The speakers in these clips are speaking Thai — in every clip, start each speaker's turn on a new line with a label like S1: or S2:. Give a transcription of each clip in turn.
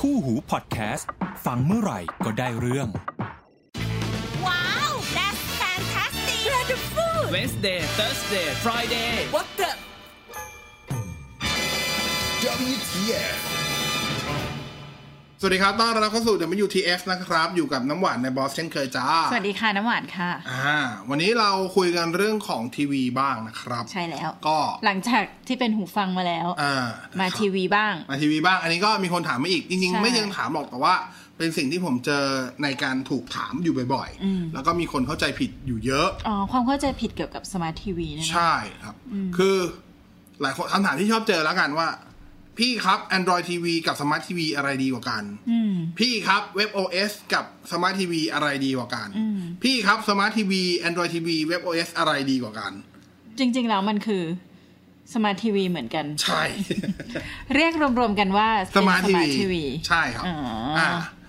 S1: คู่หูพอดแคสต์ ฟังเมื่อไหร่ก็ได้เรื่อง
S2: Wow, that's fantastic! Wonderful!
S3: Wednesday, Thursday, Friday.
S2: What the?
S4: WTF สวัสดีครับ ต้อนรับเข้าสู่ WTF นะครับ อยู่กับน้ำหวานในบอสเช่นเคยจ้า
S5: สวัสดีค่ะน้ำหวานค่ะ
S4: อ่า วันนี้เราคุยกันเรื่องของทีวีบ้างนะครับ
S5: ใช่แล้ว
S4: ก็
S5: หลังจากที่เป็นหูฟังมาแล้ว
S4: อ่า
S5: มา
S4: มา
S5: ทีวีบ้าง
S4: มาทีวีบ้าง อันนี้ก็มีคนถามมาอีก จริง
S5: ใช่
S4: ๆ ไม่ยังถามหรอกแต่ว่า เป็นสิ่งที่ผมเจอในการถูกถามอยู่บ่อย
S5: อืม
S4: ๆ แล้วก็มีคนเข้าใจผิดอยู่เยอะ
S5: อ๋อความเข้าใจผิดเกี่ยวกับสมาร์ททีวีเนยนะ
S4: ใช่ครับ คือหลายคนคำถามที่ชอบเจอแล้วกันว่า พี่ครับ Android TV กับ Smart TV อะไรดีกว่ากัน
S5: อืม
S4: พี่ครับเว็บ OS กับสมาร์ททีวีอะไรดีกว่ากัน
S5: อืม
S4: พี่ครับสมาร์ททีวี Android ทีวีเว็บ OS อะไรดีกว่ากัน
S5: จริงๆแล้วมันคือสมาร์ททีวีเหมือนกัน
S4: ใช่
S5: เรียกรวมๆกันว่าเป็น
S4: สมาร์ทที
S5: ทที
S4: วี
S5: วี
S4: ใช่ครับ
S5: อ๋ออ่
S4: ่า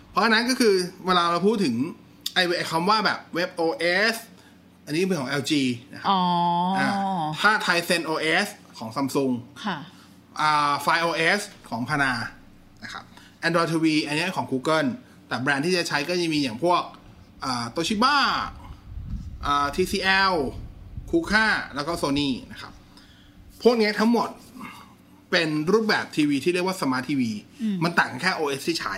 S4: เพราะฉะนั้นก็คือเวลาเราพูดถึงไอ้ไอ้คำว่าแบบเว็บ OS อันนี้เป็นของ LG นะครับ
S5: อ๋ออา
S4: ถ้าไทเซน OS ของ Samsung
S5: ค่ะ
S4: อ่าไฟ OS ของพานานะครับ Android TV อันนี้ของ Google แต่แบรนด์ที่จะใช้ก็จะมีอย่างพวกโตชิบ้า TCL คูค่าแล้วก็ Sony นะครับ พวกเนี้ยทั้งหมดเป็นรูปแบบทีวีที่เรียกว่าสมาร์ททีวีมันต่างกันแค่ OS ที่ใช้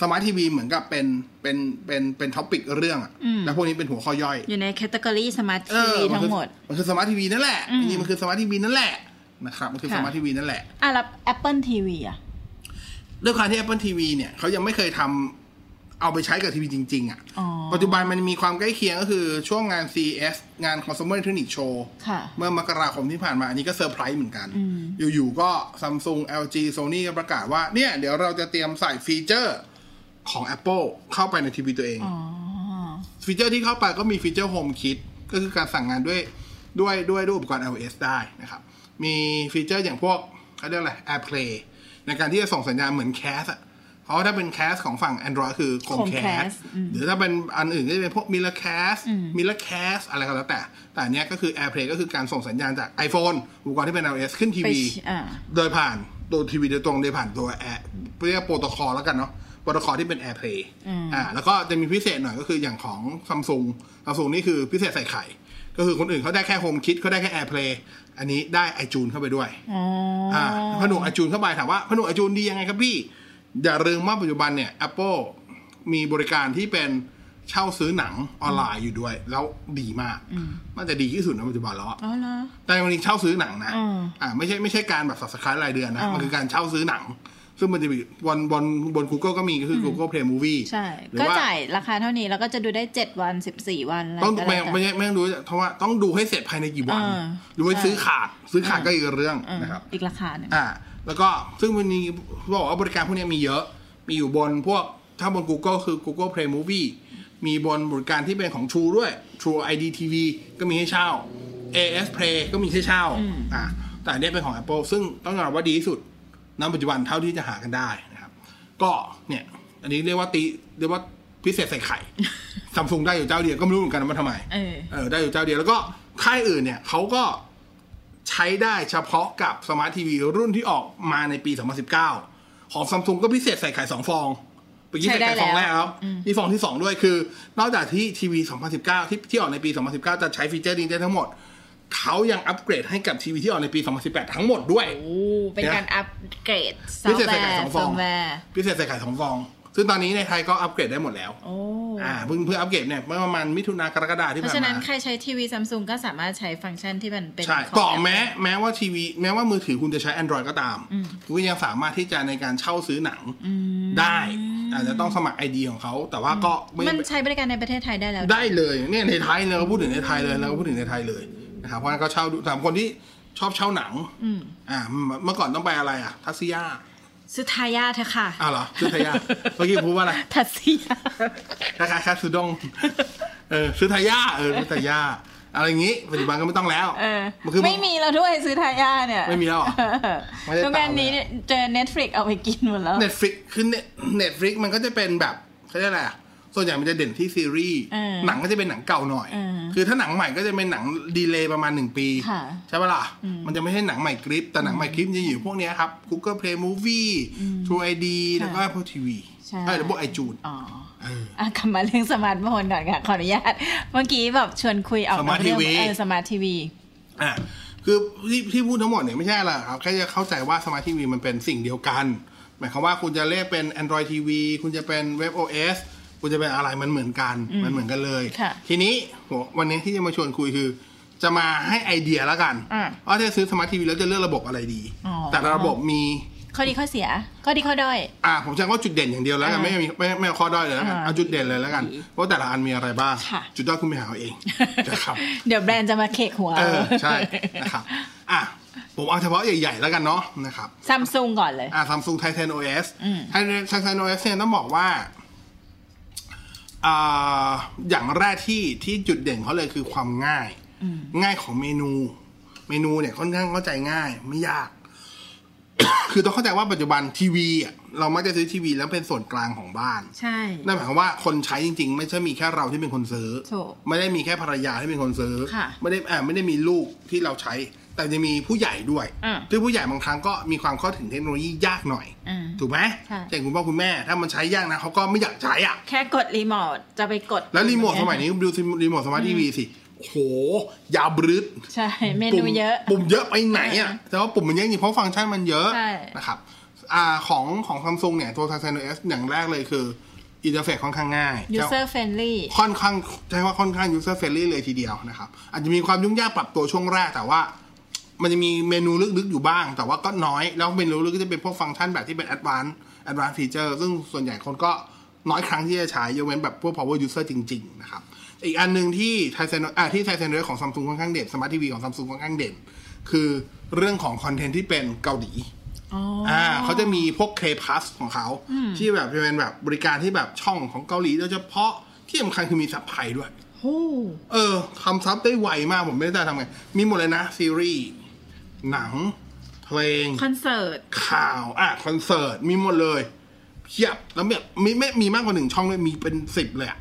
S4: สมาร์ททีวีเหมือนกับเป็นเป็นเป็นเป็นท็อปิกเรื่องอะแล้วพวกนี้เป็นหัวข้อย่อย
S5: อยู่ในแคตตากรีสมาร์ท
S4: เอ
S5: ที
S4: อ
S5: วี
S4: น
S5: ทั้
S4: คือง
S5: หมด
S4: มันคือสมาร์ททีวีนั่นแหละ
S5: อืม
S4: จริงๆมันคือสมาร์ททีวีนั่นแหละนะครับมันคือ
S5: ค่ะ
S4: สมาร์ททีวีนั่นแหละ
S5: อ่ะแล้ว Apple TV อ่ะ
S4: ด้วยความที่ Apple TV เนี่ยเขายังไม่เคยทำเอาไปใช้กับทีวีจริง ๆ อ่ะ
S5: อ๋อ
S4: ปัจจุบันมันมีความใกล้เคียงก็คือช่วงงาน CES งาน Consumer Electronics Show
S5: ค่ะ
S4: เมื่อมกราคมที่ผ่านมา อันนี้ก็เซอร์ไพรส์เหมือนกัน อยู่ๆก็ Samsung LG Sony ก็ประกาศว่า เนี่ย เดี๋ยวเราจะเตรียมใส่ฟีเจอร์ของ Apple เข้าไปในทีวีตัวเอง
S5: อ๋อ
S4: ฟีเจอร์ที่เข้าไปก็มีฟีเจอร์ HomeKit ก็คือการสั่งงานด้วยด้วยด้วยด้วยอุปกรณ์ iOS ได้นะครับ มีฟีเจอร์อย่างพวกเขาเรียกอะไร AirPlay ในการที่จะส่งสัญญาณเหมือน Cast อะเพราะว่าถ้าเป็น Cast ของฝั่ง Android คือ Chromecast
S5: Chromecast อืม
S4: หรือถ้าเป็นอันอื่นก็จะเป็นพวก Miracast Miracast อะไรก็แล้วแต่ แต่อันเนี้ยก็คือ AirPlay ก็คือการส่งสัญญาณจาก iPhone อุปกรณ์ที่เป็น iOS ขึ้นที
S5: ไป
S4: วี
S5: อ่า
S4: โดยผ่านตัวทีวีโดยตรงโดยผ่านตัวแอร์เรียกโปรโตคอลแล้วกันเนาะโปรโตคอลที่เป็น AirPlay อ่าแล้วก็จะมีพิเศษหน่อยก็คืออย่างของซัมซุงซัมซุงนี่คือพิเศษใส่ไข่ ก็คือคนอื่นเขาได้แค่ Home Kit เขาได้แค่ AirPlay อันนี้ได้ iTunes เข้าไปด้วย
S5: อ๋อ
S4: อ่าผนวก iTunes เข้าไปถามว่าผนวก iTunes ดียังไงครับพี่ อย่าลืมว่าปัจจุบันเนี่ย Apple มีบริการที่เป็นเช่าซื้อหนังออนไลน์อยู่ด้วย แล้วดีมากน่าจะดีที่สุดในปัจจุบันแล้วอะ
S5: อ๋อเหรอ
S4: แต่วันนี้เช่าซื้อหนังนะ
S5: อืม
S4: อ่าไม่ใช่ไม่ใช่การแบบสับสคายรายเดือนนะ
S5: อ่ามั
S4: มันคือการเช่าซื้อหนัง ซึ่งมันจะมีบนบนบน Google ก็มีก็คือ Google Play Movie
S5: ใช่
S4: หรือ
S5: ก็
S4: ว่า
S5: จ่ายราคาเท่านี้แล้วก็จะดูได้ 7 วัน 14 วันอะไร
S4: ต้อง
S5: ก็
S4: ไม่
S5: แล้วแต่
S4: ไม่ใช่ไม่ต้องดูเพราะว่าต้องดูให้เสร็จภายในกี่วัน
S5: อ่า
S4: หรือว่า
S5: ใช่
S4: ซื้อขาด ซื้อขาดก็อีกเรื่อง
S5: อืม
S4: นะครับ
S5: อีกราคาหนึ่ง
S4: อ่า แล้วก็ซึ่งมันมีบอกว่าบริการพวกเนี้ยมีเยอะ มีอยู่บนพวกถ้าบน Google คือ Google Play Movie มีบนบริการที่เป็นของ True ด้วย True ID TV ก็มีให้เช่า AS Play ก็มีให้เช่าอ่าแต่อันเนี้ยเป็นของ Apple ซึ่งต้องยอมรับว่าดีที่สุดณปัจจุบันเท่าที่จะหากันได้นะครับ ก็เนี่ย อันนี้เรียกว่าตีเรียกว่าพิเศษใส่ไข่ ซัมซุงได้อยู่เจ้าเดียวก็ไม่รู้เหมือนกันว่าทำไม
S5: เออ
S4: เออได้อยู่เจ้าเดียวแล้วก็ค่ายอื่นเนี่ยเขาก็ ใช้ได้เฉพาะกับสมาร์ททีวีรุ่นที่ออกมาในปี 2019 ของซัมซุงก็พิเศษใส่ไข่สองฟองเมื่อกี้ใส่ไข่ฟองแรกแล้วนี่ฟองที่สองด้วยคือ นอกจากที่ทีวี 2019 ที่ที่ออกในปี 2019 จะใช้ฟีเจอร์นี้ได้ทั้งหมด เขายังอัปเกรดให้กับทีวีที่ออกในปี 2018 ทั้งหมดด้วย
S5: โอ้เป็นการอัปเกรดซอ
S4: พิ
S5: ฟ
S4: เศษ
S5: ต์แว
S4: ใส่ไข่
S5: ร์
S4: สองฟ
S5: ซ
S4: อ
S5: อง ฟต์แวร์
S4: พิเศษใส่ไข่สองฟอง ซึ่งตอนนี้ในไทยก็อัปเกรดได้หมดแล้ว
S5: โอ้
S4: อ่าเพิ่งเพิ่งอัปเกรดเนี่ยเมื่อประมาณมิถุนากรกฎาที่
S5: เพ
S4: ผ่าน
S5: ราะ
S4: มา
S5: ฉะนั้นใครใช้ทีวีซัมซุงก็สามารถใช้ฟังก์ชันที่มันเป็น
S4: ใช่
S5: ของ
S4: ต่อแม้แม้ว่าทีวี แม้ว่ามือถือคุณจะใช้ Android ก็ตาม คุณก็ยังสามารถที่จะในการเช่าซื้อหนังได้ อาจจะต้องสมัคร ID ของเขา แต่ว่าก็ไม่
S5: Apple มันใช้บริการในประเทศไทยได้แล้ว
S4: ได้เลยเนี่ยในไทยเราก็พูดถึงในไทยเลยเราก็พูดถึงในไทยเลยนะครับเพราะฉะนั้นก็เช่าดูสามคนที่ชอบเช่าหนังอ่าเมื่อก่อนต้องไปอะไรอ่ะ ทัศยา
S5: ซื้อทายาเถอะค่ะ
S4: อ้าวเหรอชื่อทัศยาเมื่อกี้พูดว่าอะไร
S5: ทัศ ยา
S4: คล้ายๆคาซูดง เออซื้อทายาเออซื้อทายาอะไรอย่างงี้ปัจจุบันก็ไม่ต้องแล้ว
S5: เออ
S4: มันคือ
S5: ไม่มีแล้วด้วยซื้อทายาเนี่ย
S4: ไม่มีแล้วเหรอไม่ได้ตามเลย
S5: ทุกวันนี้เนี่ยเจอ Netflix เอาไปกินหมดแล้ว
S4: Netflix คือ Net- Netflix มันก็จะเป็นแบบเขาเรียกอะไรอะ ส่วนใหญ่มันจะเด่นที่ซีรีส์
S5: เออ
S4: หนังก็จะเป็นหนังเก่าหน่อย
S5: เออ
S4: คือถ้าหนังใหม่ก็จะเป็นหนังดีเลย์ประมาณหนึ่งปี
S5: ค่ะ
S4: ใช่ปะล่ะ มันจะไม่ใช่หนังใหม่กริป แต่หนังใหม่กริปจะอยู่พวกเนี้ยครับ Google Play Movie True ID แล้วก็ Apple TV
S5: ใช่
S4: เอ้ยแล้วพวกไอจูน
S5: อ๋ออ่ะกลับมาเรื่องสมาร์ทโฟนก่อนค่ะ ขออนุญาต เมื่อกี้แบบชวนคุยออกนอก
S4: สมาร์ท
S5: เรื่อง
S4: ทีวี
S5: เออสมาร์ททีวี
S4: อ่ะคือที่ที่พูดทั้งหมดเนี่ยไม่ใช่อะไรครับแค่จะเข้าใจว่าสมาร์ททีวีมันเป็นสิ่งเดียวกัน หมายความว่าคุณจะเรียกเป็น Android TV คุณจะเป็น WebOS คุณจะเป็นอะไรมันเหมือนกัน มันเหมือนกันเลย
S5: ค่ะ
S4: ทีนี้หัววันนี้ที่จะมาชวนคุยคือ จะมาให้ไอเดียแล้วกัน
S5: อ่ะ
S4: ว่าถ้าซื้อสมาร์ททีวีแล้วจะเลือกระบบอะไรดี
S5: อ๋อ
S4: แต่ละระบบมี
S5: ข้อดีข้อเสีย ข้อดีข้อด้อย
S4: อ่าผมจะว่าจุดเด่นอย่างเดียวแล้วกัน
S5: อ่า
S4: ไม่มีไม่ไม่เอาข้อด้อยเลยแล้วกัน
S5: อ่า
S4: เอาจุดเด่นเลยแล้วกัน
S5: ดี
S4: ว่าแต่ละอันมีอะไรบ้าง
S5: ค่ะ
S4: จุดด้อยคุณไปหาเอาเอง นะครับ
S5: เดี๋ยวแบรนด์จะมาเคกหัว
S4: เออใช่นะครับอ่ะผมเอาเฉพาะใหญ่ ๆ แล้วกันเนาะนะครับ
S5: ซัมซุงก่อนเลย
S4: อ่ะซัมซุงไทเทนโอเอส
S5: อืม
S4: ไทเทนโอเอสเนี่ยต้องบอกว่าอ่าอย่างแรกที่ที่จุดเด่นเขาเลยคือความง่าย ง่ายของเมนู เมนูเนี่ยค่อนข้างเข้าใจง่าย ไม่ยาก คือต้องเข้าใจว่าปัจจุบันทีวีอ่ะเรามักจะซื้อทีวีแล้วเป็นส่วนกลางของบ้าน
S5: ใช่
S4: นั่นหมายความว่าคนใช้จริง ๆ ไม่ใช่มีแค่เราที่เป็นคนซื้อ
S5: ถูก
S4: ไม่ได้มีแค่ภรรยาที่เป็นคนซื้อ
S5: ค่ะ
S4: ไม่ได้อ่าไม่ได้มีลูกที่เราใช้ แต่จะมีผู้ใหญ่ด้วย
S5: อ่ะ
S4: ซึ่งผู้ใหญ่บางครั้งก็มีความเข้าถึงเทคโนโลยียากหน่อย
S5: อ่า
S4: ถูกไหม
S5: ใช่
S4: อย่างคุณพ่อคุณแม่ ถ้ามันใช้ยากนะเขาก็ไม่อยากใช้อ่ะ
S5: แค่กดรีโมทจะไปกด
S4: แล้วรีโมทสมัยนี้ดูรีโมทสมาร์ททีวีสิโอ้โห ยาวบรืด
S5: ใช่ เมนู
S4: ปุ่
S5: เยอะ
S4: ปุ่มเยอะไปไหนอ่ะ แต่ว่าปุ่มมันเยอะจริงเพราะฟังก์ชันมันเยอะ
S5: ใช่
S4: นะครับอ่าของของซัมซุงเนี่ยตัว t ท t a n OS อย่างแรกเลยคืออินเทอร์เฟซค่อนข้างง่าย
S5: user friendly
S4: ค่อนข้างใช้ว่าค่อนข้าง user friendly เลยทีเดียวนะครับ อาจจะมีความยุ่งยากปรับตัวช่วงแรกแต่ว่า มันจะมีเมนูลึกๆอยู่บ้าง แต่ว่าก็น้อย แล้วเมนูลึกก็จะเป็นพวกฟังก์ชันแบบที่เป็น advanced advanced feature ซึ่งส่วนใหญ่คนก็น้อยครั้งที่จะใช้ยกเว้นแบบพวก power user จริง ๆ นะครับ อีกอันหนึ่งที่ไทเซนอ่าที่ไทเซนเของ Samsung ค่อนข้างเด่นสมาร์ททีวีของ Samsung ค่อนข้างเด่น คือเรื่องของคอนเทนต์ที่เป็นเกาหลี
S5: อ๋อ
S4: อ่าเขาจะมีพวกเคพัสของเขา ที่แบบจะเป็นแบบบริการที่แบบช่องของเกาหลีโดยเฉพาะที่สำคัญคือมีซับไทยด้วย
S5: โอ้
S4: เออทำซับได้ไวมากผมไม่ได้ทำไง มีหมดเลยนะ ซีรีส์ หนัง เพลง
S5: คอนเสิร์ต
S4: ข่าว อ่ะ คอนเสิร์ต มีหมดเลยเพียบแล้วแบบมีไม่มีมากกว่าหนึ่งช่องเลยมีเป็นสิบเลยอะ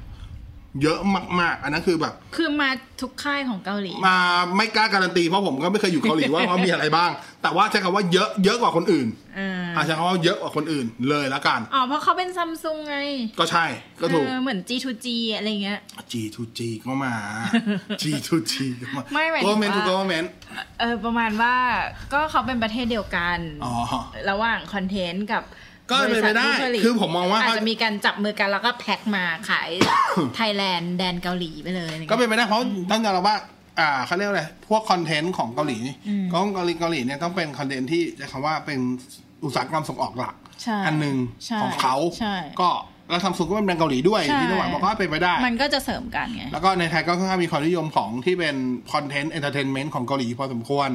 S4: เยอะมาก ๆ อันนั้นคือแบบ
S5: คือมาทุกค่ายของเกาหลี
S4: มาไม่กล้าการันตีเพราะผมก็ไม่เคยอยู่เกาหลีว่า เขามีอะไรบ้าง แต่ว่าใช้คำว่าเยอะเยอะกว่าคนอื่น
S5: อ่า
S4: อาใช้คำว่าเยอะกว่าคนอื่นเลยละกัน
S5: อ๋อ เพราะเขาเป็นซัมซุงไง
S4: ก็ใช่ก็ถูก
S5: เออเหมือน G2G อะไรเงี้ย
S4: G2G ก็ มา G2G ก็มา
S5: ไม่หมายถึง
S4: government to
S5: ว่า
S4: government
S5: เออประมาณว่าก็เขาเป็นประเทศเดียวกัน
S4: อ๋อ
S5: ระหว่างคอนเทนต์กับ
S4: ก็เป็นไปได้
S5: บริษัทผู้ผลิต
S4: คือผมมองว่า
S5: อาจจะมีการจับมือกันแล้วก็แพ็คมาขาย ไทยแลนด์แดนเกาหลีไปเลยอะไร
S4: ก็
S5: เงี้ย
S4: เป็นไปได้เพราะต้องยอมรับว่า อ่าเขาเรียกว่าอะไร พวกคอนเทนต์ของเกาหลีก็เกาหลีเกาหลีเนี่ยต้องเป็นคอนเทนต์ที่ใช้คำว่าเป็นอุตสาหกรรมส่งออกหลัก
S5: ใช่
S4: อันหนึ่ง
S5: ใช่
S4: ของเขา
S5: ใช่
S4: ก็แล้วทำสูงก็เป็นแบรนด์เกาหลีด้วยอย่างที่น้องหวานบอกว่าเป็นไปได้
S5: มันก็จะเสริมกันไง
S4: แล้วก็ในไทยก็ค่อนข้างมีความนิยมของที่เป็นคอนเทนต์เอนเตอร์เทนเมนต์ของเกาหลีพอสมควร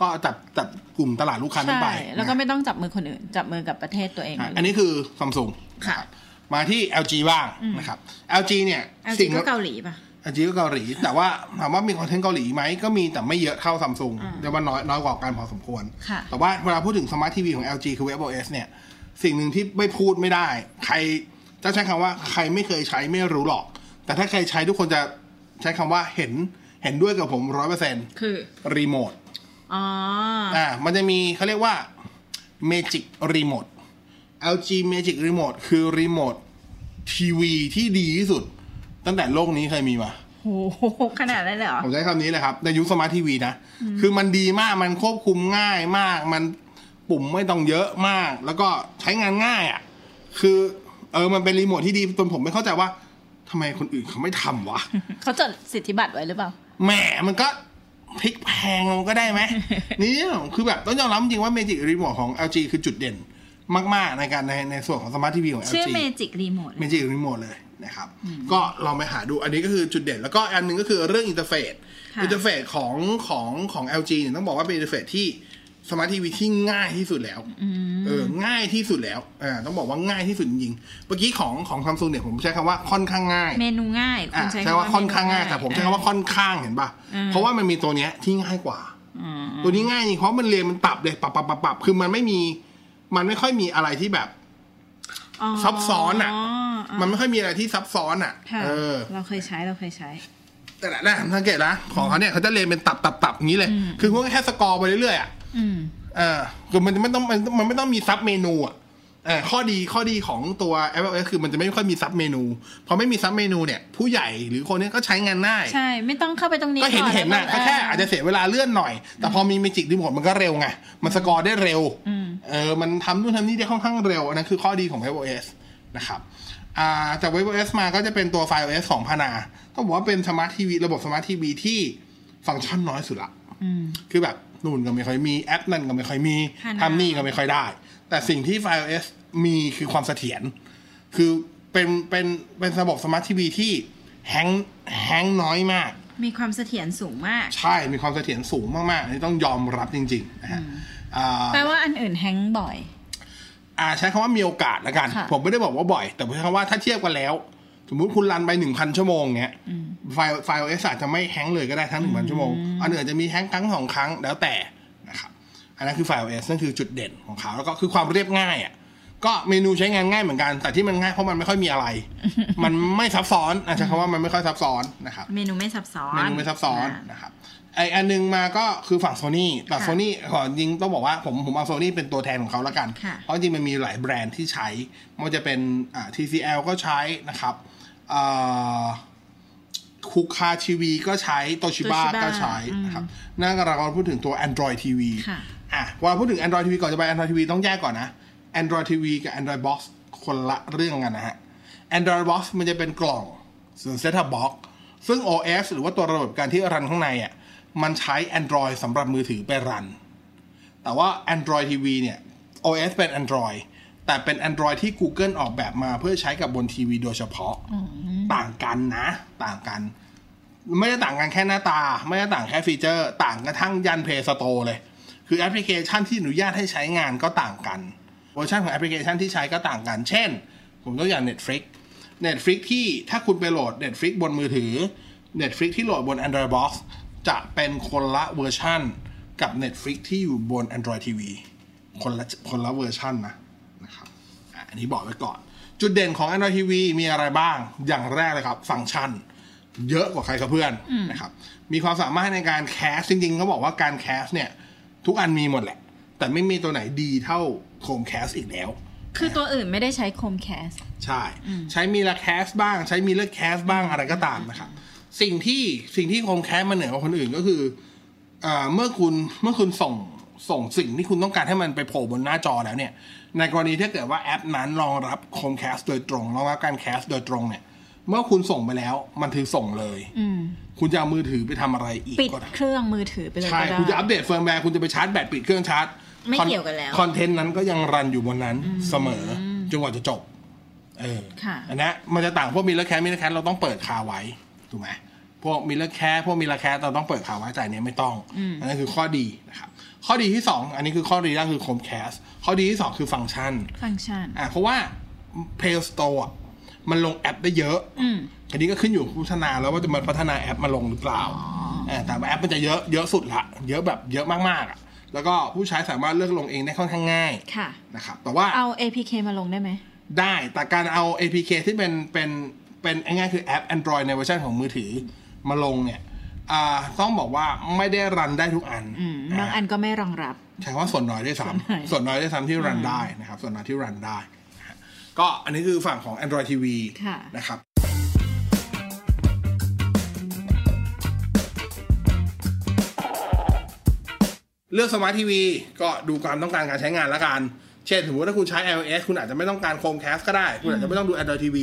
S4: ก็จับจับกลุ่มตลาดลูกค้านั้น
S5: ใช่
S4: ไป
S5: แล้วก็
S4: นะ
S5: ไม่ต้องจับมือคนอื่น จับมือกับประเทศตัวเอง
S4: อ่ะ
S5: เลย
S4: อันนี้คือซัมซุง
S5: ค่ะ
S4: มาที่ LG บ้างนะครับ LG เนี่ย
S5: LG ก็เกาหลีป่ะ
S4: LG ก็เกาหลี แต่ว่าถามว่ามีคอนเทนต์เกาหลีไหมก็มีแต่ไม่เยอะเท่าซัมซุงแต่ว่าน้อยน้อยกว่ากันพอสมควร
S5: ค่ะ
S4: แต่ว่าเวลาพูดถึงสมาร์ททีวีของ LG คือ WebOS เนี่ย สิ่งหนึ่งที่ไม่พูดไม่ได้ ใครจะใช้คำว่าใครไม่เคยใช้ไม่รู้หรอก แต่ถ้าใครใช้ทุกคนจะใช้คำว่าเห็นเห็นด้วยกับผมร้อยเปอร์เซ็นต์
S5: คือ
S4: รีโมท
S5: อ๋อ
S4: อ่ามันจะมีเขาเรียกว่า Magic Remote LG Magic Remote คือรีโมททีวีที่ดีที่สุด ตั้งแต่โลกนี้เคยมีมา
S5: โห ขนาดนั้นเลยเหรอ
S4: ผมใช้คำนี้เลยครับ ในยุคสมาร์ททีวีนะ คือมันดีมากมันควบคุมง่ายมาก มันปุ่มไม่ต้องเยอะมาก แล้วก็ใช้งานง่ายอะ่ะ คือเออมันเป็นรีโมทที่ดีจนผมไม่เข้าใจว่าทำไมคนอื่นเขาไม่ทำวะ
S5: เขาจดสิทธิบัตรไว้หรือเปล่า
S4: แหมมันก็พลิกแพงมันก็ได้ ไหม นี่คือแบบต้องยอมรับจริงๆว่า Magic Remote ของ LG คือจุดเด่นมากๆในการในในส่วนของสมาร์ททีวีของ LG
S5: ชื่อเมจิกรีโมท
S4: ไม่ใช่รีโมทเลยนะครับ ก็ลองไปหาดูอันนี้ก็คือจุดเด่น แล้วก็อันหนึงก็คือเรื่องอินเทอร์เฟซ
S5: ค่ะ
S4: อินเทอร์เฟซของของของ LG เนี่ยต้องบอกว่าเป็นอินเทอร์เฟซที่สมาร์ททีวีที่ง่ายที่สุดแล้วเออง่ายที่สุดแล้วอ่าต้องบอกว่าง่ายที่สุดจริงๆเมื่อกี้ของของซัมซุงเนี่ยผมใช้คำว่าค่อนข้างง่าย
S5: เมนูง่ายคุ
S4: อ่ะ
S5: ณใช้
S4: ใช้ว่าค่อนข้างง่าย
S5: เนู
S4: แต่ผมใช้คำว่าค่อนข้างเห็นป่ะเพราะว่ามันมีตัวเนี้ยที่ง่ายกว่า
S5: อืม
S4: ตัวนี้ง่ายจริงเพราะมันเรียนมันปรับเลยปรับปรับปรับปรับคือมันไม่มี มันไม่ค่อยมีอะไรที่แบบ ซับซ้อนอะ มันไม่ค่อยมีอะไรที่ซับซ้อนอ่ะ
S5: ค่ะ
S4: เออ
S5: เราเคยใช้เราเคยใช้
S4: แต่ละหน้าสังเกตนะของเขาเนี่ยเขาจะเรียงเป็นตับตับตับอย่างนี้เลย คือพวกแค่สกอร์ไปเรื่อยๆอ่ะ
S5: อืม
S4: เออคือมันจะไม่ต้องมันมันไม่ต้องมีซับเมนูอ่ะเออข้อดีข้อดีของตัว Apple OS คือมันจะไม่ค่อยมีซับเมนูพอไม่มีซับเมนูเนี่ย ผู้ใหญ่หรือคนเนี้ก็ใช้งานง่าย
S5: ใช่ ไม่ต้องเข้าไปตรงนี้
S4: ก็เห็น
S5: ก่อ
S4: เห็นน่ะก็
S5: ล้ว
S4: แค่อาจจะเสียเวลาเลื่อนหน่อย แต่พอมีเมจิกรีโมทมันก็เร็วไง มันสกอร์ได้เร็ว เออ มันทำนู่นทำนี่ได้ค่อนข้างเร็ว อันนั้นคือข้อดีของ iOS นะครับ อ่า จาก iOS มาก็จะเป็นตัว iOS ของพานาต้องบอกว่าเป็นสมาร์ททีวีระบบสมาร์ททีวีที่ฟังก์ชันน้อยสุดละ
S5: อืม
S4: คือแบบนู่นก็ไม่ค่อยมีแอปนั่นก็ไม่ค่อยมี
S5: Hana
S4: ทำนี่ก็ไม่ค่อยได้ แต่สิ่งที่ iOS มีคือความเสถียรคือเป็นเป็นเป็นระบบสมาร์ททีวีที่แฮงแฮงน้อยมาก
S5: มีความเสถียรสูงมาก
S4: ใช่ มีความเสถียรสูงมากๆอันนี้ต้องยอมรับจริงๆนะฮะอ่า
S5: แปลว่าอันอื่นแฮงก์บ่อย
S4: อ่าใช้คำว่ามีโอกาสละกัน
S5: ค่ะ
S4: ผมไม่ได้บอกว่าบ่อย แต่ผมใช้คำว่าถ้าเทียบกันแล้ว สมมุติคุณรันไปหนึ่งพันชั่วโมงเนี้ยไฟล์ไฟล์ OS อาจจะไม่แฮงก์เลยก็ได้ทั้งหนึ่งพันชั่วโมง อันอื่นอาจจะมีแฮงก์ครั้งสองครั้งแล้วแต่นะครับ อันนั้นคือไฟล์ OS นั่นคือจุดเด่นของเขาแล้วก็คือความเรียบง่ายอ่ะ ก็เมนูใช้งานง่ายเหมือนกัน แต่ที่มันง่ายเพราะมันไม่ค่อยมีอะไร มันไม่ซับซ้อนอาจจะใช้คำว่ามันไม่ค่อยซับซ้อนนะครับ
S5: เมนูไม่ซับซ้อน
S4: เมนูไม่ซับซ้อนา นะครับไออันหนึงมาก็คือฝั่งโซนี่แต่
S5: ค่ะ
S4: โซนี่ขอจริงต้องบอกว่าผมผมเอาโซนี่เป็นตัวแทนของเขาละกัน
S5: ค่ะ
S4: เพราะจริงมันมีหลายแบรนด์ที่ใช้ไมันจะเป็นอ่า TCL ก็ใช้นะครับอ่าคุคาทีวีก็ใช้โตชิบ้า
S5: Toshiba
S4: ก็ใช้นะครับนั่นเรากำลังพูดถึงตัว Android TV
S5: ค่ะ
S4: อ่ะว่าพูดถึง Android TV ก่อนจะไป Android TV ต้องแยกก่อนนะ Android TV กับ Android Box คนละเรื่องกันนะฮะ Android Box มันจะเป็นกล่องส่วน Set-top Box ซึ่ง OS หรือว่าตัวระบบการที่รันข้างในอ่ะมันใช้ Android สำหรับมือถือไปรัน แต่ว่า Android TV เนี่ย OS เป็น Android แต่เป็น Android ที่ Google ออกแบบมาเพื่อใช้กับบนทีวีโดยเฉพาะ ต่างกันนะ ต่างกัน ไม่ได้ต่างกันแค่หน้าตา ไม่ได้ต่างแค่ฟีเจอร์ ต่างกระทั่งยันเพย์สโตเลย คือแอปพลิเคชันที่อนุญาตให้ใช้งานก็ต่างกัน เวอร์ชันของแอปพลิเคชันที่ใช้ก็ต่างกัน เช่น ผมยกอย่าง Netflix Netflix ที่ถ้าคุณไปโหลด Netflix บนมือถือ Netflix ที่โหลดบน Android Box จะเป็นคนละเวอร์ชันกับ Netflix ที่อยู่บน Android TV คนละคนละเวอร์ชันนะนะครับอ่ะอันนี้บอกไว้ก่อน จุดเด่นของ Android TV มีอะไรบ้าง อย่างแรกเลยครับ ฟังก์ชัน เยอะกว่าใครกับเพื่อนนะครับ มีความสามารถในการแคสจริงๆเขาบอกว่าการแคสเนี่ย ทุกอันมีหมดแหละ แต่ไม่มีตัวไหนดีเท่าโคมแคสอีกแล้ว
S5: คือตัวอื่นไม่ได้ใช้โคมแคส
S4: ใช่ ใช้มีลาแคสบ้าง ใช้มีเลอร์แคสบ้างอะไรก็ตามนะครับ สิ่งที่สิ่งที่โคมแคสมันเหนือกว่าคนอื่นก็คือเอ่อเมื่อคุณเมื่อคุณส่งส่งสิ่งที่คุณต้องการให้มันไปโผล่บนหน้าจอแล้วเนี่ย ในกรณีถ้าเกิดว่าแอปนั้นรองรับโคมแคสโดยตรงรองรับการแคสโดยตรงเนี่ย เมื่อคุณส่งไปแล้วมันถือส่งเลย
S5: อืม
S4: คุณจะเอามือถือไปทำอะไรอีก
S5: ปิด
S4: ก็ได้
S5: เครื่องมือถือไปเลย
S4: ใช่
S5: ก็ได้
S4: คุณจะอัปเดตเฟิร์มแวร์ คุณจะไปชาร์จแบตปิดเครื่องชาร์จ
S5: ไม่เกี่ยวกันแล้ว
S4: คอนเทนต์นั้นก็ยังรันอยู่บนนั้นเสมอจนกว่าจะจบ เออ
S5: ค่ะ
S4: อันเนี้ยมันจะต่างพวกมิลเลอร์แคสมิลเลอร์แคสเราต้องเปิดคาไว้ ถูกไหมพวกมิลเลอร์แคสพวกมิลเลอร์แคสเราต้องเปิดคาไว้แต่อันเนี้ยไม่ต้อง อันนั้นคือข้อดีนะครับ ข้อดีที่สองอันนี้คือข้อดีแรกคือโคมแคสข้อดีที่สองคือฟังก์ชัน
S5: ฟังก์ชัน
S4: อ่ะเพราะว่า Play Store อ่ะมันลงแอปได้เยอะอันนี้ก็ขึ้นอยู่ผู้พัฒนาแล้วว่าจะมาพัฒนาแอปมาลงหรือเปล่าาแต่ว่าแอปมันจะเยอะเยอะสุดละ เยอะแบบเยอะมากๆอ่ะ แล้วก็ผู้ใช้สามารถเลือกลงเองได้ค่อนข้างง่าย
S5: ค่ะ
S4: นะครับ แต่ว่า
S5: เอา APK มาลงได้ไหม
S4: ได้แต่การเอา APK ที่เป็นเป็นเป็นง่ายๆคือแอป Android ในเวอร์ชันของมือถือมาลงเนี่ยอ่าต้องบอกว่าไม่ได้รันได้ทุกอัน
S5: อืมบาง
S4: ะ
S5: อันก็ไม่รองรับ
S4: ใช้ว่าส่วนน้อยด้วยซ้ำ
S5: ส่
S4: ส่ว
S5: วนนน้
S4: น้อ
S5: อย ย
S4: ด้วยซ้ำที่รันได้นะครับ ส่วนน้อยที่รันได้นะฮะก็อันนี้คือฝั่งของ Android TV
S5: ค่ะ
S4: นะครับ เลือกสมาร์ททีวีก็ดูความต้องการการใช้งานละกัน เช่นสมมติถ้าคุณใช้ iOS คุณอาจจะไม่ต้องการ Chromecast ก็ได้ คุณอาจจะไม่ต้องดู Android TV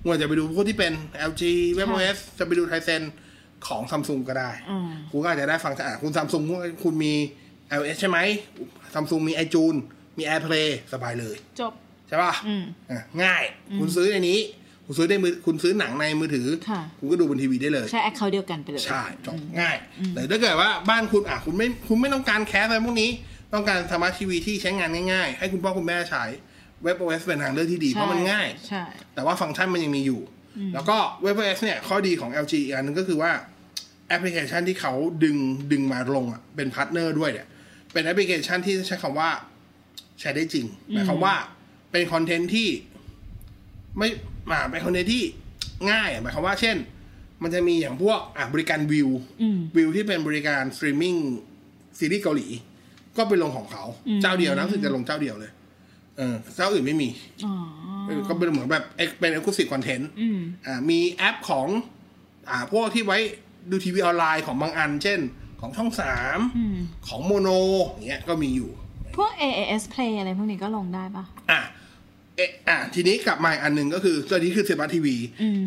S4: คุณอาจจะไปดูพวกที่เป็น LG WebOS จะไปดู Tizen ของ Samsung ก็ได้
S5: อืม
S4: คุณก็อาจจะได้ฟังก์ชันอ่ะคุณ Samsung คุณมี iOS ใช่ไหม Samsung มี iTunes มี AirPlay สบายเลย
S5: จบ
S4: ใช่ป่ะ
S5: อืม
S4: อ่ะง่าย คุณซื้อในนี้ คุณซื้อได้มือคุณซื้อหนังในมือถือ
S5: ค่ะ
S4: คุณก็ดูบนทีวีได้เลย
S5: ใช้ account เดียวกันไปเลย
S4: ใช่จบง่าย แต่ถ้าเกิดว่าบ้านคุณอ่ะคุณไม่คุณไม่ต้องการแคสอะไรพวกนี้ ต้องการสมาร์ททีวีที่ใช้งานง่ายๆ ให้คุณพ่อคุณแม่ใช้เว็บ OS เป็นทางเลือกที่ดีเพราะมันง่าย
S5: ใช่
S4: แต่ว่าฟังก์ชันมันยังมีอยู่ แล้วก็ WebOS เนี่ย ข้อดีของ LG อีกอันนึงก็คือว่าแอปพลิเคชันที่เขาดึงดึงมาลงอ่ะเป็นพาร์ทเนอร์ด้วยเนี่ย เป็นแอปพลิเคชันที่ใช้คำว่าใช้ได้จริงหมายความว่าเป็นคอนเทนต์ที่ไม่ อ่าเป็นคอนเทนต์ที่ง่ายอ่ะหมายความว่าเช่น มันจะมีอย่างพวกอ่ะบริการวิววิวที่เป็นบริการสตรีมมิ่งซีรีส์เกาหลี ก็ไปลงของเขา เจ้าเดียวนะรู้สึกจะลงเจ้าเดียวเลยเออเจ้าอื่นไม่มี
S5: อ๋อ
S4: เออก็เป็นเหมือนแบบเอ็กเป็นเอ็กซ์คลูซีฟคอนเทนต์
S5: อืม
S4: อ่ามีแอปของ อ่าพวกที่ไว้ดูทีวีออนไลน์ของบางอัน เช่น ของช่องสามของโมโนอย่างเงี้ยก็มีอยู่
S5: พวก AAS Play อะไรพวกนี้ก็ลงได้ปะ
S4: อ่ะเอะอ่ะทีนี้กลับมาอีกอันหนึ่งก็คือตัวนี้คือสมาร์ททีวี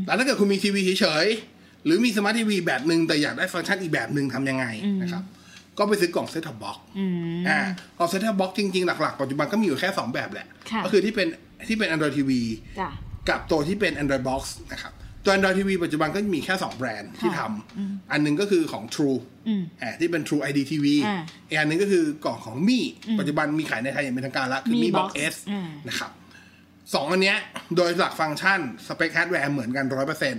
S4: แล้วถ้าเกิดคุณมีทีวีเฉยๆ หรือมีสมาร์ททีวีแบบหนึ่งแต่อยากได้ฟังก์ชันอีกแบบหนึ่งทำยังไงนะครับ ก็ไปซื้อกล่องเซ็ตท็อปบ็อกอ่ะกล่องเซ็ตท็อปบ็อกจริงๆ หลักๆ ปัจจุบันก็มีอยู่แค่ 2 แบบแหละ
S5: ค่ะ
S4: ก็คือที่เป็นที่เป็น Android TV
S5: จ้ะ
S4: กับตัวที่เป็น Android Box นะครับตัว Android TV ปัจจุบันก็มีแค่ 2 แบรนด์ที่ทำอันหนึงก็คือของ True อ่าที่เป็น True ID TV
S5: อ่า
S4: อีกอันหนึงก็คือกล่องของมี่ปัจจุบันมีขายในไทยอย่างเป็นทางการละคือ
S5: Mi
S4: Mi Box
S5: Box
S4: S
S5: อ่า
S4: นะครับสองอันเนี้ยโดยหลักฟังก์ชัน สเปคฮาร์ดแวร์เหมือนกัน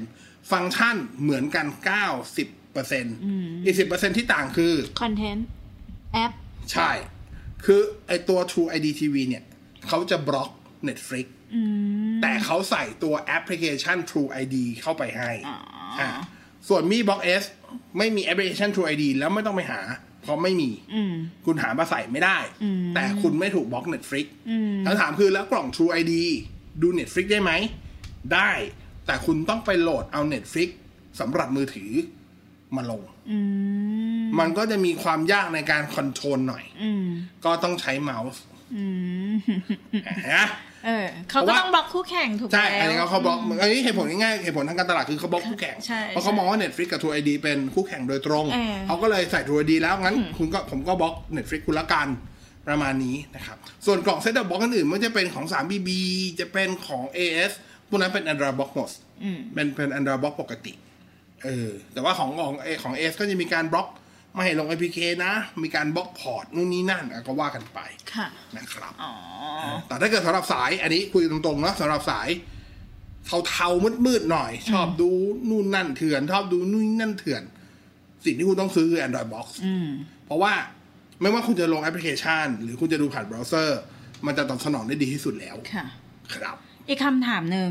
S4: 100%ฟังก์ชันเหมือนกัน 90%อีก10%ที่ต่างคือ
S5: คอนเทนต์ แอป
S4: ใช่ คือไอตัว True ID TV เนี่ยเขาจะบล็อก Netflix แต่เขาใส่ตัวแอปพลิเคชัน True ID เข้าไปให้อ่าส่วนมี Box S ไม่มีแอปพลิเคชัน True ID แล้วไม่ต้องไปหา เพราะไม่มี คุณหามาใส่ไม่ได้ แต่คุณไม่ถูกบล็อก Netflix คำถามคือแล้วกล่อง True ID ดู Netflix ได้ไหม ได้ แต่คุณต้องไปโหลดเอา Netflix สำหรับมือถือมาลง มันก็จะมีความยากในการคอนโทรลหน่อย ก็ต้องใช้เมาส์ฮะ
S5: เออ เขา
S4: เพ
S5: ก็
S4: ราะว่า
S5: ต้องบล็อกคู่แข่งถูกไหม
S4: ใช่ อันนี้เขาบล็อกอันนี้เหตุผลง่ายๆ เหตุผลทางการตลาดคือเขาบล็อกคู่แข่ง
S5: ใช่
S4: เพราะเขามองว่า Netflix กับ True ID เป็นคู่แข่งโดยตรง
S5: เออ
S4: เขาก็เลยใส่ True ID แล้วงั้นคุณก็ผมก็บล็อก Netflix คุณละกันประมาณนี้นะครับ ส่วนกล่องเซตบล็อกอื่นๆมันจะเป็นของ 3BB จะเป็นของ AS พวกนั้นเป็น Android Box หมดเป็นเป็น Android Box ปกติ เออ แต่ว่าของของเอของ AS ก็จะมีการบล็อกไม่ให้ลง APK นะ มีการบล็อกพอร์ตนู่นนี่นั่นอ่ะก็ว่ากันไป
S5: ค่ะ
S4: นะครับ แต่ถ้าเกิดสำหรับสาย อันนี้คุยตรงๆนะสำหรับสายเทาๆมืดๆหน่อย ชอบดูนู่นนั่นเถื่อน ชอบดูนู่นนั่นเถื่อน สิ่งที่คุณต้องซื้อคือ Android Box เพราะว่าไม่ว่าคุณจะลงแอปพลิเคชัน หรือคุณจะดูผ่านเบราว์เซอร์ มันจะตอบสนองได้ดีที่สุดแล้ว
S5: ค่ะ
S4: ครับ
S5: อีกคำถามหนึ่ง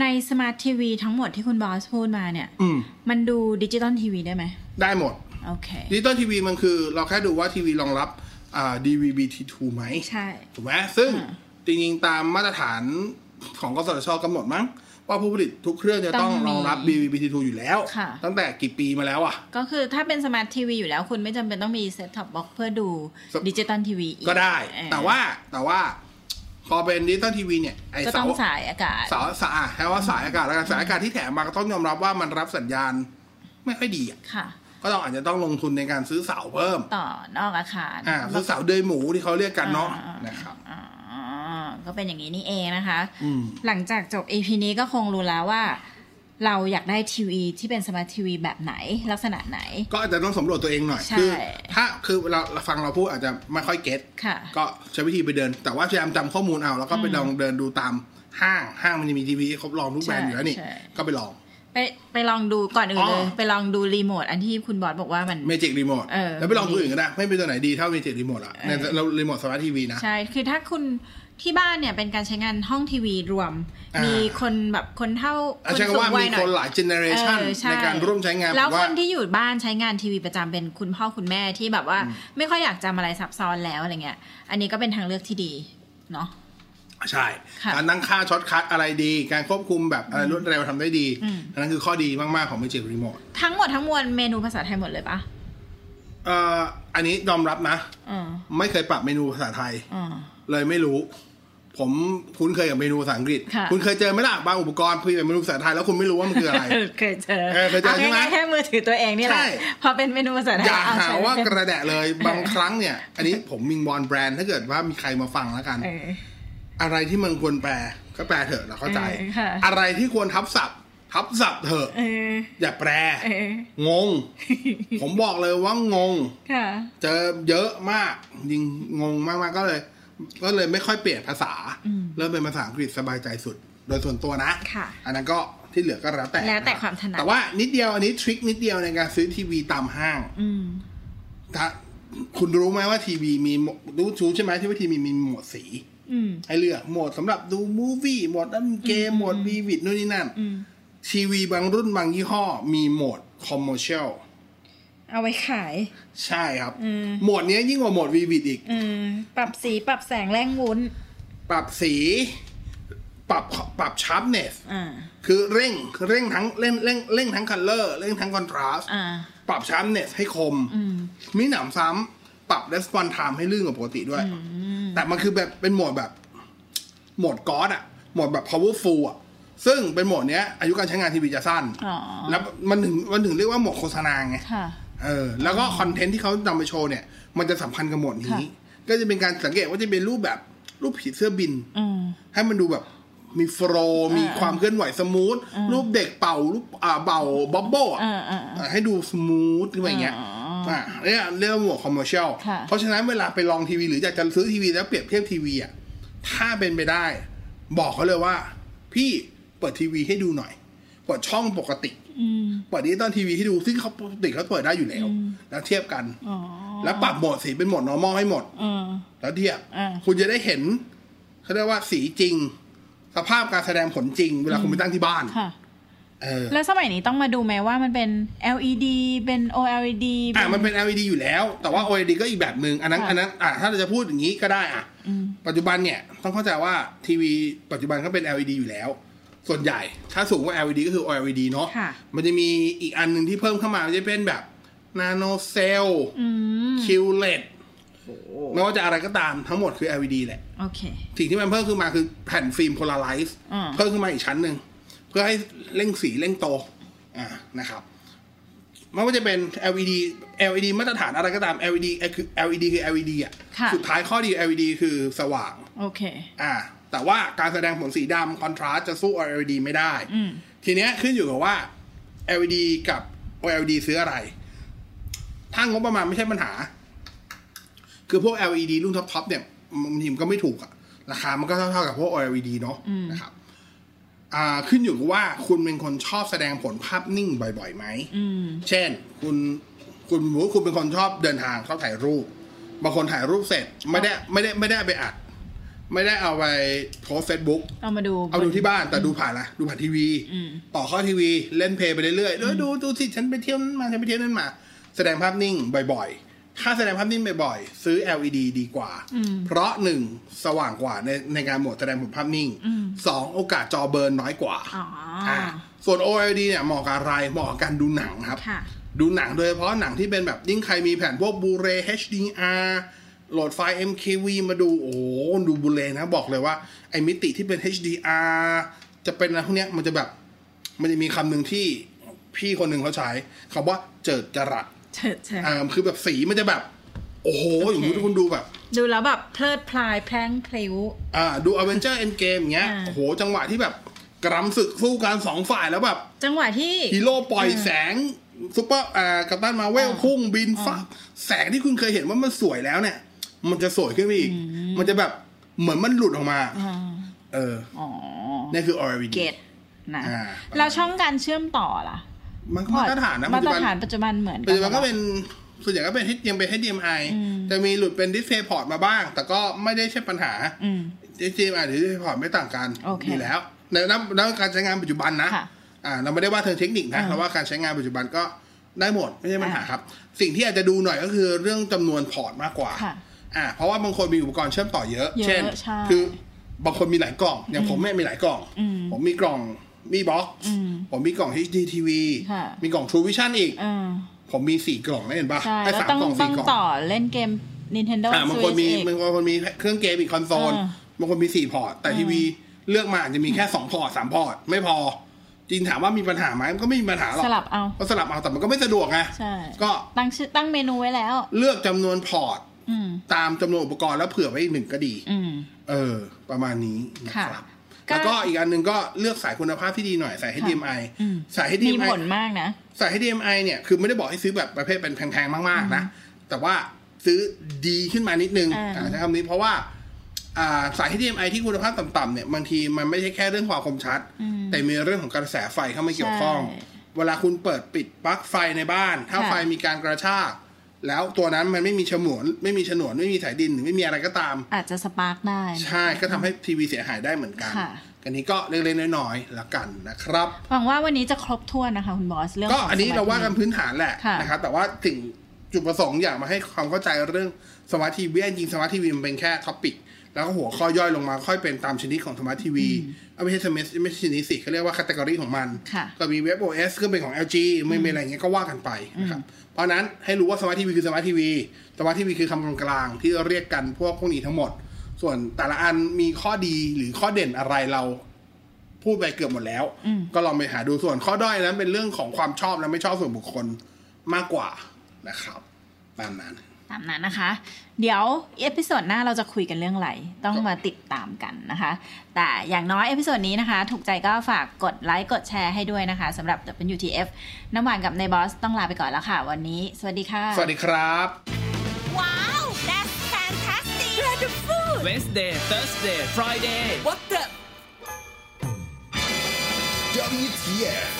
S5: ในสมาร์ททีวีทั้งหมดที่คุณบอสพูดมาเนี่ย
S4: อืม
S5: มันดูดิจิตอลทีวีได้ไหม
S4: ได้หมด
S5: โอเค
S4: ดิจิตอลทีวีมันคือ เราแค่ดูว่าทีวีรองรับอ่า DVB-T2 ไหม
S5: ใช่
S4: ถูกไหมซึ่งจริงๆ ตามมาตรฐานของกสทชกำหนดมั้ง ว่าผู้ผลิตทุกเครื่องจะต้อง
S5: ต้อง
S4: ร
S5: มี
S4: องรับ BBT2 อยู่แล้ว
S5: ค่ะ
S4: ตั้งแต่กี่ปีมาแล้วอ่ะ
S5: ก็คือถ้าเป็นสมาร์ททีวีอยู่แล้วคุณไม่จำเป็นต้องมีเซ็ตท็อปบ็อกเพื่อดู
S4: สำ
S5: ดิจิตอลทีวีอี
S4: ก็ได้
S5: เออ
S4: แต่ว่าแต่ว่า พอเป็นดิจิตอลทีวีเนี่ย ไอ
S5: ก็
S4: เสา
S5: ต้องสายอากาศ
S4: เสาสายแค่ว่าสายอากาศแล้วกันสายอากาศที่แถมมาก็ต้องยอมรับว่ามันรับสัญญาณไม่ค่อยดีอะ
S5: ค่ะ
S4: ก็ต้องอาจจะต้องลงทุนในการซื้อเสาเพิ่ม
S5: ต่อนอกอาคาร
S4: อ่าซื้อเสาเดอยหมูที่เขาเรียกกันเนาะนะครับ
S5: อ๋อก็เป็นอย่างนี้นี่เองนะคะ
S4: อืม
S5: หลังจากจบ EP นี้ก็คงรู้แล้วว่า เราอยากได้ทีวีที่เป็นสมาร์ททีวีแบบไหนลักษณะไหน
S4: ก็อาจจะต้องสำรวจตัวเองหน่อย
S5: ใช่
S4: คืถ้าคือเราเราฟังเราพูดอาจจะไม่ค่อยเก็ต
S5: ค่ะ
S4: ก็ใช้วิธีไปเดิน แต่ว่าพยายามจำข้อมูลเอา แล้วก็ไปลองเดินดูตามห้างห้างมันจะมีทีวีครบรองทุกแบรนด์อยู่แล้วนี่ ก็ไปลอง
S5: ไปไปลองดูก่อนอื่นเล
S4: อ๋
S5: ย
S4: อ
S5: ไปลองดูรีโมทอันที่คุณบอสบอกว่ามัน
S4: เมจิกรีโมท
S5: เออ
S4: แล้วไปลองตัวอื่นก็ได้ ไม่เป็นตัวไหนดีเท่าเมจิกรีโมทละในเรารีโมทสมาร์ททีวีนะ
S5: ใช่ คือถ้าคุณที่บ้านเนี่ยเป็นการใช้งานห้องทีวีรวม
S4: อ่ามี
S5: มีคนแบบคนเท่า
S4: อาจ
S5: คน
S4: จะ
S5: สูง
S4: ว่า
S5: วั
S4: มี
S5: ยหน่
S4: ค
S5: อย
S4: นหลายเจเนเรชัน
S5: เออช่
S4: ในการร่วมใช้งาน
S5: แล้ว
S4: ผม
S5: ค
S4: ว่า
S5: นที่อยู่บ้านใช้งานทีวีประจำเป็นคุณพ่อคุณแม่ที่แบบว่าไม่ค่อยอยากจำอะไรซับซ้อนแล้วอะไรเงี้ย อันนี้ก็เป็นทางเลือกที่ดีเนาะ
S4: ใช่
S5: ค่ะ
S4: การตั้งค่าช็อตคัทอะไรดี การควบคุมแบบอะไรรวดเร็วทำได้ดีอันนั้นคือข้อดีมากๆของเมจิกรีโมท
S5: ทั้งหมดทั้งมวลเมนูภาษาไทยหมดเลยปะ
S4: เอ่ออันนี้ยอมรับนะ
S5: อืม
S4: ไม่เคยปรับเมนูภาษาไทย
S5: อืม
S4: เลยไม่รู้ ผมคุ้นเคยกับเมนูภาษาอังกฤษ
S5: ค่ะ
S4: คุณเคยเจอไหมล่ะบางอุปกรณ์คุยแบบเมนูภาษาไทยแล้วคุณไม่รู้ว่ามันคืออะไร
S5: เคยเจอ
S4: เออเคยเจอใช่ไหม
S5: าายๆแค่มือถือตัวเองนี่แห
S4: ใช่
S5: ละ พอเป็นเมนูภาษาไท ย
S4: อย่า
S5: เใช้
S4: หาว่าก
S5: เป็น
S4: ระแดะเลย บางครั้งเนี่ย อันนี้ผมมิงบอลแบรนด์ถ้าเกิดว่ามีใครมาฟังแล้วกัน
S5: เออ
S4: อะไรที่มันควรแปลก็แปลเถอะเราเข้าใจ
S5: เออค่ะ
S4: อะไรที่ควรทับศัพท์ ทับศัพท์เถอะ
S5: เออ
S4: อย่าแปล
S5: เออ
S4: งง ผมบอกเลยว่างง
S5: ค่ะ
S4: เจอเยอะมากยิงงงมากๆก็เลย ก็เลยไม่ค่อยเปลี่ยนภาษา เริ่มเป็นภาษาอังกฤษสบายใจสุด โดยส่วนตัวนะ
S5: ค่ะ
S4: อันนั้นก็ที่เหลือก็แล้วแต่
S5: แล้วแต่
S4: นะ
S5: ความถนัด
S4: แต่ว่านิดเดียวอันนี้ทริคนิดเดียวในการซื้อทีวีตามห้าง
S5: อืม
S4: ถ้าคุณรู้ไหมว่าทีวีมีรู้ชูใช่ไหมที่ว่าทีวีมีหมวดสี
S5: อืม
S4: ให้เลือกโหมดสำหรับดูมูฟวี่โหมดเล่นเกมโหมดวีวิดนู่นนี่นั่น
S5: อืม
S4: ทีวีบางรุ่นบางยี่ห้อ มีโหมดคอมเมอร์เชียล
S5: เอาไว้ขาย
S4: ใช่ครับ
S5: อืม
S4: โหมดเนี้ยยิ่งกว่าโหมดวีวิดอีก
S5: อืม ปรับสีปรับแสงแรงวุ้น
S4: ปรับสี ปรับปรับชาร์ปเนส
S5: อ่า
S4: คือเร่งเร่งทั้งเร่งเร่งเร่งทั้งคัลเลอร์เร่งทั้งคอนทราส
S5: อ่า
S4: ปรับชาร์ปเนสให้คม มีหนำซ้ำปรับ response time ให้ลื่นกว่าปกติด้วย แต่มันคือแบบเป็นโหมดแบบ โหมดก๊อตอะโหมดแบบ powerful อะซึ่งเป็นโหมดเนี้ย อายุการใช้งานทีวีจะสั้น
S5: อ๋อ
S4: แล้วมันถึงมันถึงเรียกว่าโหมดโฆษณาไง
S5: ค่ะ
S4: เออแล้วก็คอนเทนต์ที่เขานำไปโชว์เนี่ย มันจะสัมพันธ์กับหมวดนี้
S5: ค่ะ
S4: ก็จะเป็นการสังเกตว่าจะเป็นรูปแบบรูปผีเสื้อบิน
S5: อืม
S4: ให้มันดูแบบมีโฟลว์มีความเคลื่อนไหวสมูท รูปเด็กเป่ารูปอ่าเป่าบ๊อบโบ้อะ
S5: อ่าอ่าอ่า
S4: อ่าให้ดูสมูทขึ้นมาอย่างเงี้ย
S5: อ๋ออ่
S4: อ่าเนี่ยเรียกว่าหมวดคอมเมอร์เชียล
S5: ค่ะ
S4: เพราะฉะนั้นเวลาไปลองทีวีหรืออยากจะซื้อทีวีแล้วเปรียบเทียบทีวีอ่ะถ้าเป็นไปได้ บอกเขาเลยว่า พี่เปิดทีวีให้ดูหน่อยเปิดช่องปกติ
S5: อืม
S4: เปิดดิจิตอลทีวีให้ดูซึ่งเขาปกติเขาเปิดได้อยู่แล้ว แล้วเทียบกัน
S5: อ๋อ
S4: แล้วปรับโหมดสีเป็นโหมด normal ให้หมด
S5: อืม
S4: แล้วเทียบ
S5: อ่า
S4: คุณจะได้เห็นเขาเรียกว่าสีจริง สภาพการแสดงผลจริง เวลาคุณไปตั้งที่บ้าน
S5: ค่ะ
S4: เออ
S5: แล้วสมัยนี้ต้องมาดูไหมว่ามันเป็น LED เป็น OLED
S4: อ่ะ
S5: เป็
S4: มัน
S5: น
S4: เป็น LED อยู่แล้ว แต่ว่า OLED ก็อีกแบบหนึ่งอันนั้น
S5: ค่ะ
S4: อันนั้นอ่ะถ้าเราจะพูดอย่างนี้ก็ได้อ่ะปัจจุบันเนี่ยต้องเข้าใจว่าทีวีปัจจุบันก็เป็น LED อยู่แล้ว ส่วนใหญ่ถ้าสูงกว่า LED ก็คือ OLED เนาะ
S5: ค่ะ
S4: มันจะมีอีกอันหนึ่งที่เพิ่มเข้ามามันจะเป็นแบบนาโนเซล
S5: อืม
S4: คิวเลตไม่ว่าจะอะไรก็ตามทั้งหมดคือ LED แหละ
S5: โอเค
S4: สิ่งที่มันเพิ่มขึ้นมาคือแผ่นฟิล์มโพลาไรซ์
S5: อ่า
S4: เพิ่มขึ้นมาอีกชั้นหนึ่ง เพื่อให้เร่งสีเร่งโตอ่านะครับ ไม่ว่าจะเป็น LED LED มาตรฐานอะไรก็ตาม LED คือ LED คือ LED อ่ะ สุดท้ายข้อดี LED คือสว่าง
S5: โอเค
S4: อ่า แต่ว่าการแสดงผลสีดำคอนทราสจะสู้ LED ไม่ได้
S5: อืม
S4: ทีเนี้ยขึ้นอยู่กับว่า LED กับ OLED ซื้ออะไร ถ้างบประมาณไม่ใช่ปัญหา คือพวก LED รุ่นท็อปๆเนี่ยบางทีมันก็ไม่ถูกอะราคามันก็เท่าๆกับพวก OLED เนาะนะครับ อ่าขึ้นอยู่กับว่าคุณเป็นคนชอบแสดงผลภาพนิ่งบ่อยๆไหม
S5: อืม
S4: เช่น คุณคุณหมูคุณเป็นคนชอบเดินทางชอบถ่ายรูป บางคนถ่ายรูปเสร็จ ไม่ได้ไม่ได้ไม่ได้ไปอัด ไม่ได้เอาไปโพสเฟซบุ๊ก
S5: เอามาดู
S4: เอาดูที่บ้านแต่ดูผ่านละดูผ่านทีวี
S5: อืม
S4: ต่อเข้าทีวีเล่นเพลงไปเรื่อยๆเดี๋ยวดูดูสิฉันไปเที่ยวนั้นมาฉันไปเที่ยวนั้นมา แสดงภาพนิ่งบ่อยๆ ถ้าแสดงภาพนิ่งบ่อยๆ ซื้อ LED ดีกว่า เพราะหนึ่งสว่างกว่าในในการโหมดแสดงผลภาพนิ่งสองโอกาสจอเบิร์นน้อยกว่า
S5: อ๋ออ่
S4: าส่วน OLED เนี่ยเหมาะกับอะไรเหมาะกับการดูหนังครับ
S5: ค่ะ
S4: ดูหนังโดยเฉพาะหนังที่เป็นแบบยิ่งใครมีแผ่นพวกบูเร HDR โหลดไฟล์ MKV มาดูโอ้โหดูบูเรนะบอกเลยว่า ไอ้มิติที่เป็น HDR จะเป็นอะไรพวกเนี้ยมันจะแบบ มันจะมีคำหนึ่งที่พี่คนหนึ่งเขาใช้คำว่าเจิดจรัส
S5: เฉิดเฉิด
S4: อ่าคือแบบสีมันจะแบบ โอ้โห อย่างนี้ทุกคนดูแบบ
S5: ดูแล้วแบบเพลิดเพลายแพลงพลิ้ว
S4: อ่าดู a v e n g e r Endgame อย่างเงี้ย
S5: อ่า
S4: โอ้โห จังหวะที่แบบกรำศึกสู้กันสองฝ่ายแล้วแบบ
S5: จังหวะที่
S4: ฮีโร่ปล่อยแสงซุปเปอร์อ่ากัปตันมาเวลพุ่งบินฟ้าแสงที่คุณเคยเห็นว่ามันสวยแล้วเนี่ย มันจะสวยขึ้นไปอีก มันจะแบบเหมือนมันหลุดออกมา
S5: อ่า
S4: เออ
S5: อ๋อ
S4: นี่คือ r v d
S5: เกตนะ
S4: อ่า
S5: แล้วช่องการเชื่อมต่อล่ะ
S4: มันก็มาตรฐานนะปั
S5: มา
S4: จจุ
S5: ตร
S4: บัน
S5: ฐานปัจจุบันเหมือนกั
S4: ปัจจุบันก็
S5: หรอ
S4: เป็นส่วนใหญ่ก็เป็นยังเป็น HDMI จะมีหลุดเป็น Display Port มาบ้าง แต่ก็ไม่ได้ใช่ปัญหา
S5: อืม
S4: HDMI หรือ Display Port ไม่ต่างกัน
S5: โอเค
S4: อยู่แล้วในนั้นนั้นการใช้งานปัจจุบันนะ
S5: ค่ะ
S4: อ่าเราไม่ได้ว่าเทิงเทคนิคนะ
S5: อ่า
S4: เราว่าการใช้งานปัจจุบันก็ได้หมดไม่ใช่ปัญหา
S5: อ่า
S4: ครับ สิ่งที่อาจจะดูหน่อยก็คือเรื่องจำนวนพอร์ตมากกว่า
S5: ค่ะ
S4: อ่า เพราะว่าบางคนมีอุปกรณ์เชื่อมต่อเยอะ
S5: เยอะ
S4: เช่น
S5: ใช่
S4: คือบางคนมีหลายกล่องอย่างผมแม่ยมีหลายกล่อง
S5: อืม
S4: ผมมีกล่องมีบ็อก
S5: อืม
S4: ผมมีกล่อง HDTV
S5: ค่ะ
S4: มีกล่อง True Vision อีก
S5: เออ
S4: ผมมีสี่กล่องนะเห็นปะ
S5: ใช่
S4: ไอ้
S5: แล้ว
S4: สาม
S5: ต้อง
S4: กล่อง
S5: ต้
S4: สี่
S5: อง
S4: กล่อง
S5: ต่อเล่นเกม Nintendo
S4: อ่าบางคน
S5: Switch
S4: มี
S5: อีก
S4: บางคนมีเครื่องเกมอีกคอนโซล
S5: อ่า
S4: บางคนมีสี่พอร์ตแต่ทีวีเลือกมาอาจจะมีแค่สองพอร์ตสามพอร์ตไม่พอจริงถามว่ามีปัญหาไหมมันก็ไม่มีปัญหาหรอก
S5: สลับเอา
S4: ก็สลับเอาแต่มันก็ไม่สะดวกไง
S5: ใช่
S4: ก็
S5: ตั้งชื่อตั้งเมนูไว้แล้ว
S4: เลือกจำนวนพอร์ต
S5: อืม
S4: ตามจำนวนอุปกรณ์แล้วเผื่อไว้อีกหนึ่งก็ดี
S5: อืม
S4: เออ ประมาณนี้นะครับ
S5: ค่ะ
S4: แล้วก็
S5: ก็
S4: อีกอันหนึ่งก็เลือกสายคุณภาพที่ดีหน่อยสาย HDMI
S5: อืม
S4: สาย
S5: มี
S4: HDMI
S5: ผลมากนะ
S4: สาย HDMI เนี่ยคือไม่ได้บอกให้ซื้อแบบประเภทเป็นแพงๆ มากๆ นะ แต่ว่าซื้อดีขึ้นมานิดนึง
S5: อ่า
S4: อ่าใช้คำนี้เพราะว่าอ่าสาย HDMI ที่คุณภาพต่ำๆเนี่ยบางทีมันไม่ใช่แค่เรื่องความคมชัด แต่มีเรื่องของกระแสไฟเข้ามาเกี่ยวข้อง เวลาคุณเปิดปิดปลั๊กไฟในบ้าน ถ้า
S5: ค่ะ
S4: ไฟมีการกระชาก แล้วตัวนั้นมันไม่มีฉมวนไม่มีฉนวนไม่มีสายดินหรือไม่มีอะไรก็ตาม
S5: อาจจะสปาร์กได้
S4: ใช่ก็ทำให้ทีวีเสียหายได้เหมือนกัน
S5: ค่ะ
S4: อันนี้ก็เล็กๆน้อยๆละกันนะครับ
S5: หวังว่าวันนี้จะครบถ้วนนะคะคุณบอส เรื่อง
S4: ก็
S5: ของ
S4: อันนี้
S5: สม
S4: เรา
S5: ร์ท
S4: ว่ากัน
S5: ทีวี
S4: พื้นฐานแหละ
S5: ค่ะ
S4: นะครับ แต่ว่าสิ่งจุดประสงค์อยากมาให้ความเข้าใจเรื่องสมาร์ททีวีจริงสมาร์ททีวีมันเป็นแค่ท็อปิก แล้วก็หัวข้อย่อยลงมาค่อยเป็นตามชนิดของสมาร์ททีวีไม่ใช่สมาร์ทไม่ใช่ชนิดสิเขาเรียกว่าคัตกรีของมัน
S5: ค่ะ
S4: ก็มีเว็บ OS ก็เป็นของ LG ไม่มีอะไรอย่างเงี้ยก็ว่ากันไปนะครับ เพราะฉะนั้นให้รู้ว่าสมาร์ททีวีคือสมาร์ททีวีสมาร์ททีวีคือคำกลางๆที่เรียกกันพวกพวกนี้ทั้งหมด ส่วนแต่ละอันมีข้อดีหรือข้อเด่นอะไรเรา พูดไปเกือบหมดแล้ว ก็ลองไปหาดูส่วนข้อด้อยนั้นเป็นเรื่องของความชอบและไม่ชอบส่วนบุคคลมากกว่านะครับตามนั้น
S5: ตามนั้นนะคะ เดี๋ยวเอพิโซดหน้าเราจะคุยกันเรื่องอะไร ต้องมาติดตามกันนะคะ แต่อย่างน้อยเอพิโซดนี้นะคะ ถูกใจก็ฝากกดไลค์กดแชร์ให้ด้วยนะคะสำหรับ WTF น้ำหวานกับนายบอสต้องลาไปก่อนแล้วค่ะ วันนี้ สวัสดีค่ะ
S4: สวัสดีครับ
S2: ว้าว that's fantastic wonderful
S3: Wednesday, Thursday, Friday.
S2: what the
S6: WTF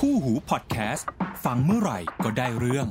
S1: คู่หูพอดแคสต์ ฟังเมื่อไหร่ก็ได้เรื่อง